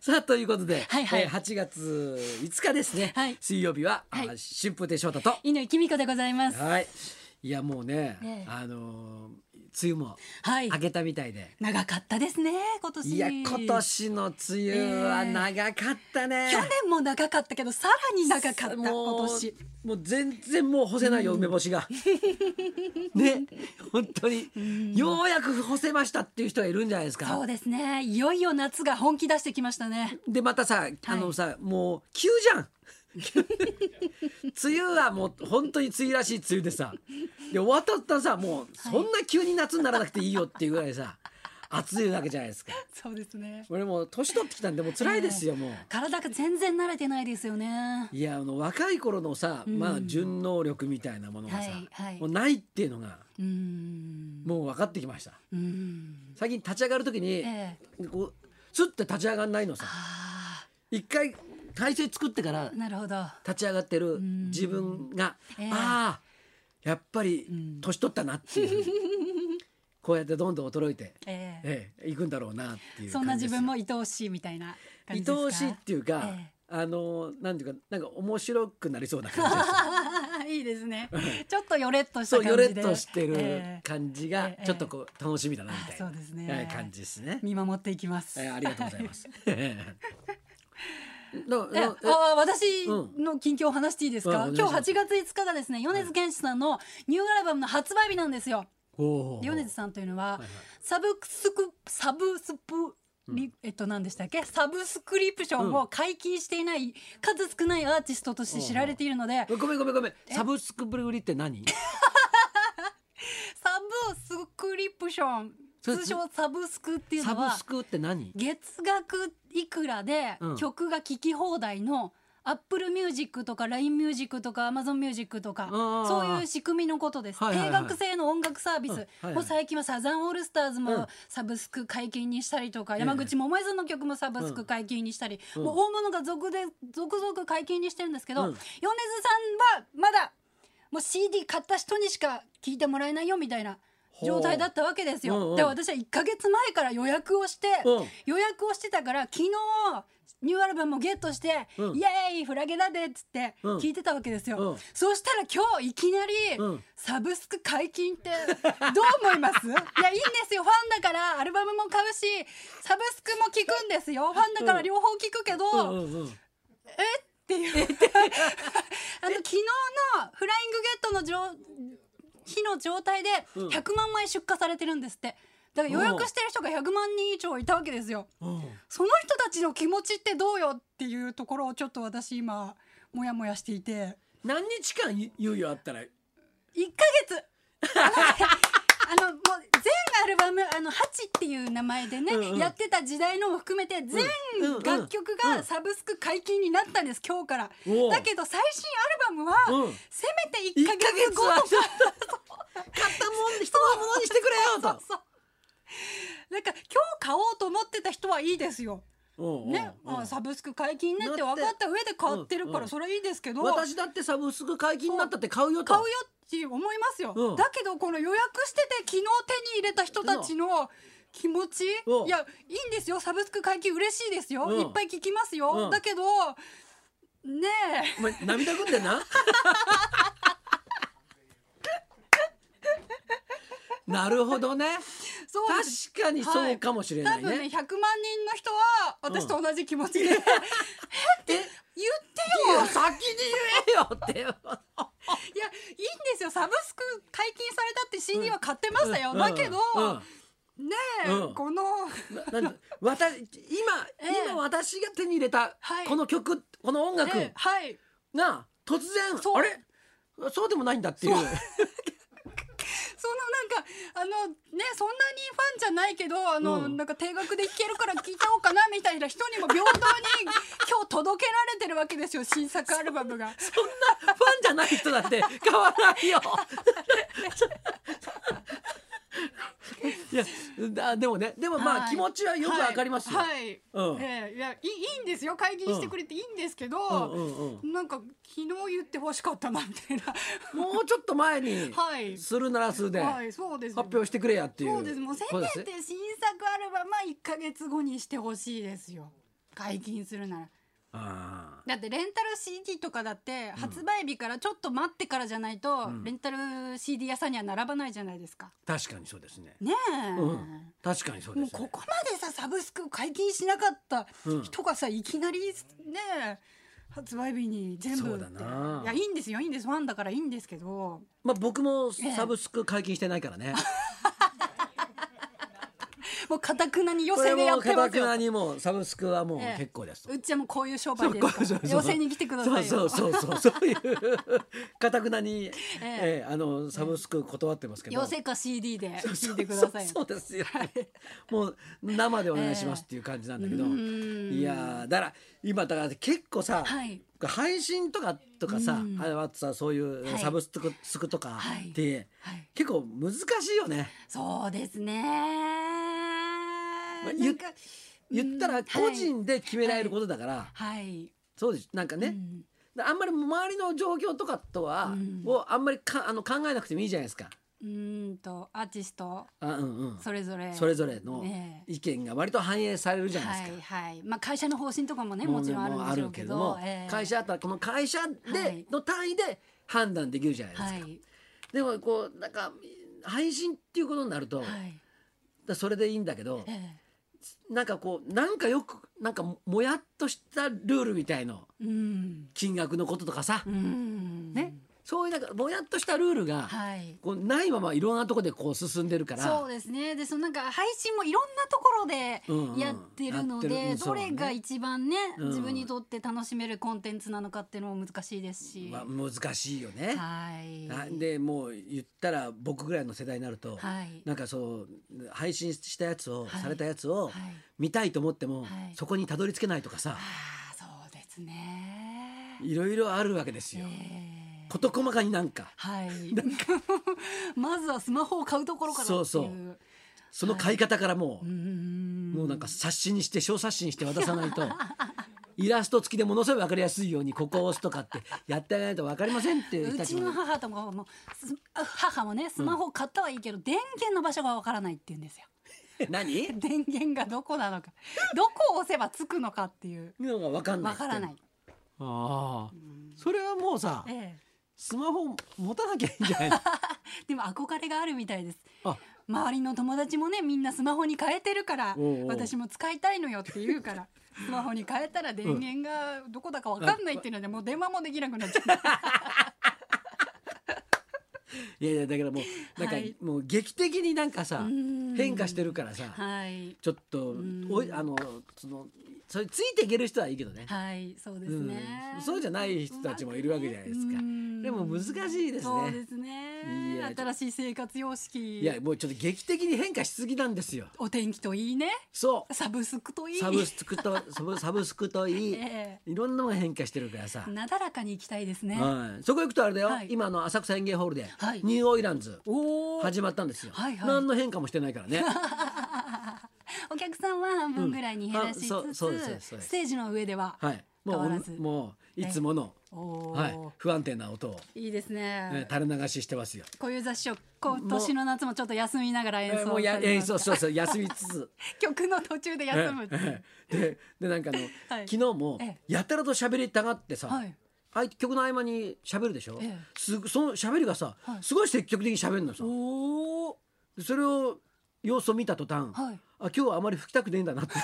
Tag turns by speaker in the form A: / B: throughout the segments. A: さあということで、
B: はいはい
A: えー8月5日ですね、
B: はい
A: 水曜日は、あ
B: はい
A: 春風亭昇太と
B: 井上美子でございます。
A: はいいやもうね、
B: ねえ
A: あのー梅雨も
B: はい
A: 明。けたみたいで、
B: 長かったですね、今年。
A: いや今年の梅雨は
B: ええ
A: 長かったね、
B: 去年も長かったけど、さらに長かった、今
A: もう
B: 年。
A: もう全然もう干せないよ、梅干し がね本当に、ようやく干せましたっていう人がいるんじゃないです
B: そ
A: か
B: うですね、いよいよ夏が本気出してきましたね。
A: でまたさあのさ、もう急じゃん梅雨はもう本当に梅雨らしい梅雨でさで終わったったらさもうそんな急に夏にならなくていいよっていうぐらいさ暑いわけじゃないですか
B: そうですね。
A: 俺もう年取ってきたんでもう辛いですよもう。
B: 体が全然慣れてないですよね。
A: いやあの若い頃のさ、
B: うん
A: まあ順応力みたいなものがさ、
B: はいはい
A: もうないっていうのが
B: うーん。
A: もう分かってきました
B: うーん。
A: 最近立ち上がる時に、
B: ええ。
A: こうスッて立ち上がんないのさ
B: あ
A: 一回体勢作ってから
B: あ、なるほど。
A: 立ち上がってる
B: ん
A: 自分が、
B: ええ
A: ああやっぱり
B: うん
A: 年取ったなって いうふうに、こうやってどんどん衰えて、
B: ええ。
A: ええ、いくんだろうなっていう
B: そんな
A: 感じ
B: 自
A: です
B: 分も愛おしいみたいな感じです
A: 愛
B: か。
A: おしいっていうか、
B: ええ
A: あのなんていうかなんか面白くなりそうな感じです
B: いいで すね。ちょっとよれっとした
A: そ
B: 感
A: う
B: じで。
A: よれっとしてる
B: ええ
A: 感じが
B: ええ
A: ちょっとこう楽しみだなみたいな、
B: あそうですね
A: はい感じですね、
B: 見守っていきます。
A: ええありがとうございます どう
B: え
A: どうえ
B: あ私
A: うん
B: の近況を話していいですか、
A: うんお願いし
B: 今
A: ます
B: 日8月5日がですね米津玄師さんのニューアルバムの発売日なんですよ。
A: お
B: で
A: ー
B: 米津さんというのは、
A: はいはい
B: サブスクサブスプリ、えっと何でしたっけサブスクリプションを解禁していない、数少ないアーティストとして知られているので、
A: ごめんごめんごめんサブスクブル売りって何
B: サブスクリプション
A: それ
B: 通称サブスクっていう
A: サ
B: の
A: ブ
B: は
A: スクって何
B: 月額いくらで
A: うん
B: 曲が聴き放題の、アップルミュージックとか LINE ミュージックとか Amazon ミュージックとか
A: あー
B: そういう仕組みのことです、
A: はいはいはい
B: 定額制の音楽サービス、
A: うんはいはい
B: もう最近はサザンオールスターズ
A: うん
B: もサブスク解禁にしたりとか、
A: ええ
B: 山口百恵さんの曲もサブスク解禁にしたり、
A: うん
B: もう大物が続で続々解禁にしてるんですけど、
A: うん
B: 米津さんはまだもう CD 買った人にしか聴いてもらえないよみたいな状態だったわけですよ。
A: ほううんうん
B: で私は1ヶ月前から予約をして、
A: うん
B: 予約をしてたから昨日ニューアルバムをゲットして「
A: うん
B: イエーイフラゲだで」っつって
A: うん
B: 聞いてたわけですよ、
A: うん
B: そうしたら今日いきなり、
A: うん
B: サブスク解禁ってどう思いま すいやいいんですよファンだからアルバムも買うしサブスクも聞くんですよファンだから両方聞くけど、
A: うんう
B: っ
A: んうん
B: ていうあの昨日の「フライングゲットのじょう」日の状態で
A: うん
B: 100万枚出荷されてるんですってだから予約してる人が100万人以上いたわけですよ。
A: うん
B: その人たちの気持ちってどうよっていうところをちょっと私今モヤモヤしていて
A: 何日間猶予あったら
B: 1ヶ月あのもう全アルバム「あのハチ」っていう名前でね、
A: うんうん
B: やってた時代のも含めて全
A: うんうん
B: 楽曲がサブスク解禁になったんです今日から。
A: おう
B: だけど最新アルバムは、
A: うん
B: せめて
A: 一
B: 1
A: ヶ
B: ヶ
A: 月
B: 月後
A: は
B: と
A: ちょっと買ったもんで人のものにしてくれよと
B: そうなんか今日買おうと思ってた人はいいですよ。
A: うんうんうん
B: ね、まあ、サブスク解禁ねって分かった上で買ってるか
A: うん
B: らそれいいですけど、
A: 私だってサブスク解禁になったって買うよと
B: 買うよって思いますよ、
A: うん
B: だけどこの予約してて昨日手に入れた人たちの気持ち、
A: うん
B: いやいいんですよサブスク解禁嬉しいですよ、
A: うん
B: いっぱい聞きますよ、
A: うん
B: だけどねえ
A: お前涙ぐんで んななるほどね
B: そうです
A: 確かにそうかもしれな
B: 多
A: い
B: 分ね100
A: ね
B: 万人の人は私と同じ気持 ちで、言って
A: え
B: よ
A: いや先に言えよって
B: いやいいんですよサブスク解禁されたって CD は買ってましたよ、
A: うん
B: だけど、
A: うん
B: ねえ、
A: うん
B: この
A: ななんで私今、
B: ええ
A: 今私が手に入れた
B: はい
A: この曲、この音楽
B: ねえはい
A: が突然、
B: そう
A: あれそうでもないんだっていう
B: そうそのなんかあのねそんなにファンじゃないけどあの、
A: うん
B: なんか定額で聴けるから聴いちゃおうかなみたいな人にも平等に今日届けられてるわけですよ新作アルバムが。
A: そんなファンじゃない人だ って変わらないよ。いやだでもねでもまあ
B: はい
A: 気持ちはよくわかりますよ。
B: はい、はい
A: うん
B: ええいやいいいいんですよ解禁してくれていいんですけど、
A: うんうんう
B: なんか昨日言ってほしかったなみたいな
A: ん、もうちょっと前に
B: はい
A: するならするで
B: は
A: 発
B: いそうです
A: 表してくれやっていう
B: そうですもうせ
A: こと
B: め
A: ですね
B: て新作アルバムは1か月後にしてほしいですよ解禁するなら
A: あ
B: だってレンタル CD とかだって発売日からちょっと待ってからじゃないと、
A: ん
B: レンタル CD 屋さんには並ばないじゃないですか
A: ー確かにそうですね。
B: ねえ、
A: うん、確かにそうで
B: もう
A: す
B: こ
A: ね。
B: こまでさサブスク解禁しなかった
A: うん
B: 人がさ、いきなりね発売日に全部
A: そう
B: っ
A: だ
B: て
A: ない
B: やいいんですよいいんですファンだからいいんですけど
A: まあ僕もサブスク解禁してないからね。
B: もうかたくなに予
A: これ
B: 選でや
A: も
B: って
A: か
B: ま
A: た
B: す
A: く
B: よ
A: なにもうサブスクはもう
B: ええ
A: 結構ですと。
B: うっちはもうこういう商売
A: そうそう
B: ですから
A: そう
B: 予選に来てくださいよ
A: そうそうそうそうそういうかたくなに、ええあのサブスク断ってますけど。
B: 寄せか CD で聞いてくださいよ
A: そうそうそうですよ、もう生でお願いしますっていう感じなんだけど、
B: ええうん
A: いやーだから今だから結構さ、
B: はい
A: 配信とかとかさ、
B: うん
A: あれはさそうい
B: は
A: う
B: い
A: サブスクスクとか
B: はい
A: って、
B: はい
A: 結構難しいよね。
B: そうですね
A: まあ
B: なんか
A: 言ったら
B: うんはい
A: 個人で決められることだから、
B: はい
A: そうですなんかね、
B: うん
A: あんまり周りの状況とかとは、
B: うん
A: をあんまりかあの考えなくてもいいじゃないですか。
B: うーんとアーティスト
A: あうんうん、
B: それぞれ
A: それぞれの
B: ええ
A: 意見が割と反映されるじゃないですか。
B: はいはいまあ、会社の方針とかもね
A: も
B: も
A: うね
B: ちろんあるん
A: もう
B: でしょうけど
A: も、会社だったらこの会社で、
B: はい
A: の単位で判断できるじゃないですか、
B: はい
A: でもこうなんか配信っていうことになると、
B: は
A: だか
B: い、
A: らそれでいいんだけど
B: ええ
A: なんかこうなんかよくなんかももやっとしたルールみたいの
B: うん
A: 金額のこととかさ、
B: うん
A: ねそういうなんかもやっとしたルールが、
B: はい
A: こうないままいろんなところでこう進んでるから
B: そうですねでそのなんか配信もいろんなところで
A: うんうん
B: やってるの
A: やってるう
B: で
A: ん
B: どれ
A: そうだ
B: が
A: ね
B: 一番ね
A: うん
B: 自分にとって楽しめるコンテンツなのかっていうのも難しいですし
A: まあ、難しいよね。
B: はい
A: あでもう言ったら僕ぐらいの世代になると、
B: はい
A: なんかそう配信したやつを、
B: はい
A: されたやつを、
B: はい
A: 見たいと思っても、
B: はい
A: そこにたどり着けないとかさ
B: あーそうですね
A: いろいろあるわけですよ。
B: ええ
A: 事細かに なんか
B: はい まずはスマホを買うところからってい
A: そうそ
B: う
A: うその買い方からもう、も
B: も
A: うなんか冊子にして小冊子にして渡さない とイラスト付きでものすごい分かりやすいようにここを押すとかってやってあげないと分かりませんっていう人
B: う
A: たち
B: ちの
A: も
B: 母とかもす母もねスマホ買ったはいいけど、電源の場所がわからないって言うんですよ
A: 何
B: 電源がどこなのかどこを押せばつくのかっていう
A: のが分かんないっ
B: わ
A: て言って
B: から
A: んの
B: ない、
A: ああ
B: うん
A: それはもうさ
B: え
A: スマホ持たなきゃいいんじゃないの
B: え、でも憧れがあるみたいです
A: あ
B: 周りの友達もねみんなスマホに変えてるから
A: おうおう
B: 私も使いたいのよって言うから スマホに変えたら電源がどこだかわかんないっていうのでもう電話もできなくなっちゃ う
A: いやいやだからもうなんか、
B: はい
A: もう劇的になんかさ
B: うん
A: 変化してるからさ、
B: はい
A: ちょっと
B: ん
A: おいあのそのそれついていける人はいいけどね。
B: はいそうですね、
A: うんそうじゃない人たちもいるわけじゃないですか
B: うん
A: でも難しいですね
B: そうですね
A: いや
B: 新しい生活様式
A: いやもうちょっと劇的に変化しすぎなんですよ。
B: お天気といいね
A: そ
B: サブスクと
A: う
B: いい
A: サブスクとサ ブサブスクといい、
B: え
A: いろんなものが変化してるからさ
B: え、なだらかに行きたいですね、
A: はい、そこ行くとあれだよ、
B: はい
A: 今の浅草園芸ホールで、
B: はい
A: ニューオイランズ
B: おお
A: 始まったんですよ、
B: はいはい
A: 何の変化もしてないからね
B: お客さんは半分ぐらいに減らしつつ、
A: うんあそうそうですそうですそうです
B: ステージの上では、
A: はいも
B: 変わらず
A: うもういつもの、
B: おお、
A: はい、不安定な音を、
B: い、いですね、
A: えー垂れ流ししてますよ。
B: 小遊三師匠今年の夏もちょっと休みながら演
A: えー
B: 奏
A: もうや
B: されて
A: えー
B: ます
A: そうそうそう休みつつ
B: 曲の途中で 休むっていう
A: ええででなんかあの、
B: はい
A: 昨日も
B: え
A: やたらと喋りたがってさ、
B: はい
A: あい曲の合間に喋るでしょ、
B: ええ
A: すその喋りがさ、
B: はい
A: すごい積極的に喋るのさ
B: おお
A: でそれを様子を見た途端、
B: はい
A: あ今日はあまり吹きたくねえんだなって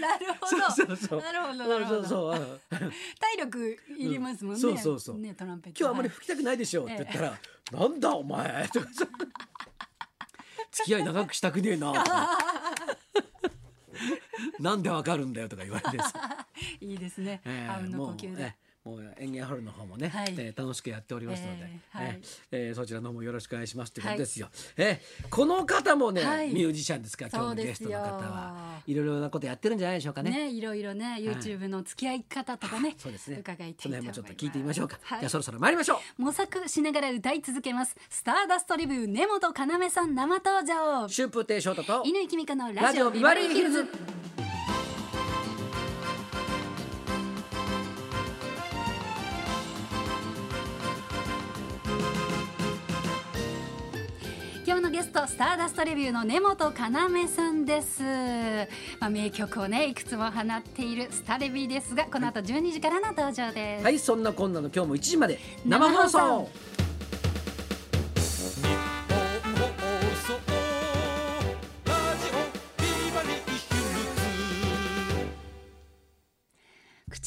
B: なるほど
A: そうそう
B: なるほど なるほど
A: そう そううん
B: 体力いりますも
A: う
B: んね、
A: んそうそうそう
B: ねトランペッ
A: 今
B: ト
A: 日はあまり
B: は
A: 吹きたくないでしょって言ったら、なんだお前とかさ付き合い長くしたくねえなとかなんでわかるんだよとか言われて さ
B: いいいですね
A: え
B: あ
A: ー
B: うんの呼
A: もう
B: 吸で、
A: えーもう園芸ホールの方もね、
B: はい
A: えー楽しくやっておりますので、
B: えーは
A: え
B: い
A: ーえーそちらの方もよろしくお願いしますということですよ。えーこの方もね、
B: はい
A: ミュージシャンですから今日の
B: そう
A: ゲ
B: で
A: ス
B: す
A: ト
B: よ
A: の方はいろいろなことやってるんじゃないでしょうかね。
B: ねいろいろね YouTube の付き合い方とかね、
A: そうですね。
B: 伺いたいと
A: その
B: 思
A: 辺
B: いま
A: も
B: す
A: ちょっと聞いてみましょうか。
B: はい
A: じゃあそろそろ参りましょう。
B: 模索しながら歌い続けますスターダストリブュー根本かなめさん生登場
A: 春風亭昇太と
B: 犬木美香の
A: ラ
B: ラ
A: ジ
B: ジ
A: オ
B: オ
A: ビ
B: ビ
A: バ
B: バ
A: リ
B: リ
A: ー
B: ー
A: ヒ
B: ヒ
A: ル
B: ル
A: ズ
B: ズ。今日のゲゲストスターダストレビューの根本要さんです、まあ、名曲をねいくつも放っているスタレビーですがこの後12時からの登場です、
A: はいそんなこんなの今日も1時まで
B: 生
A: 生
B: 放
A: 放
B: 送
A: 送
C: 放送ラジオビバリーヒルズ」
B: 口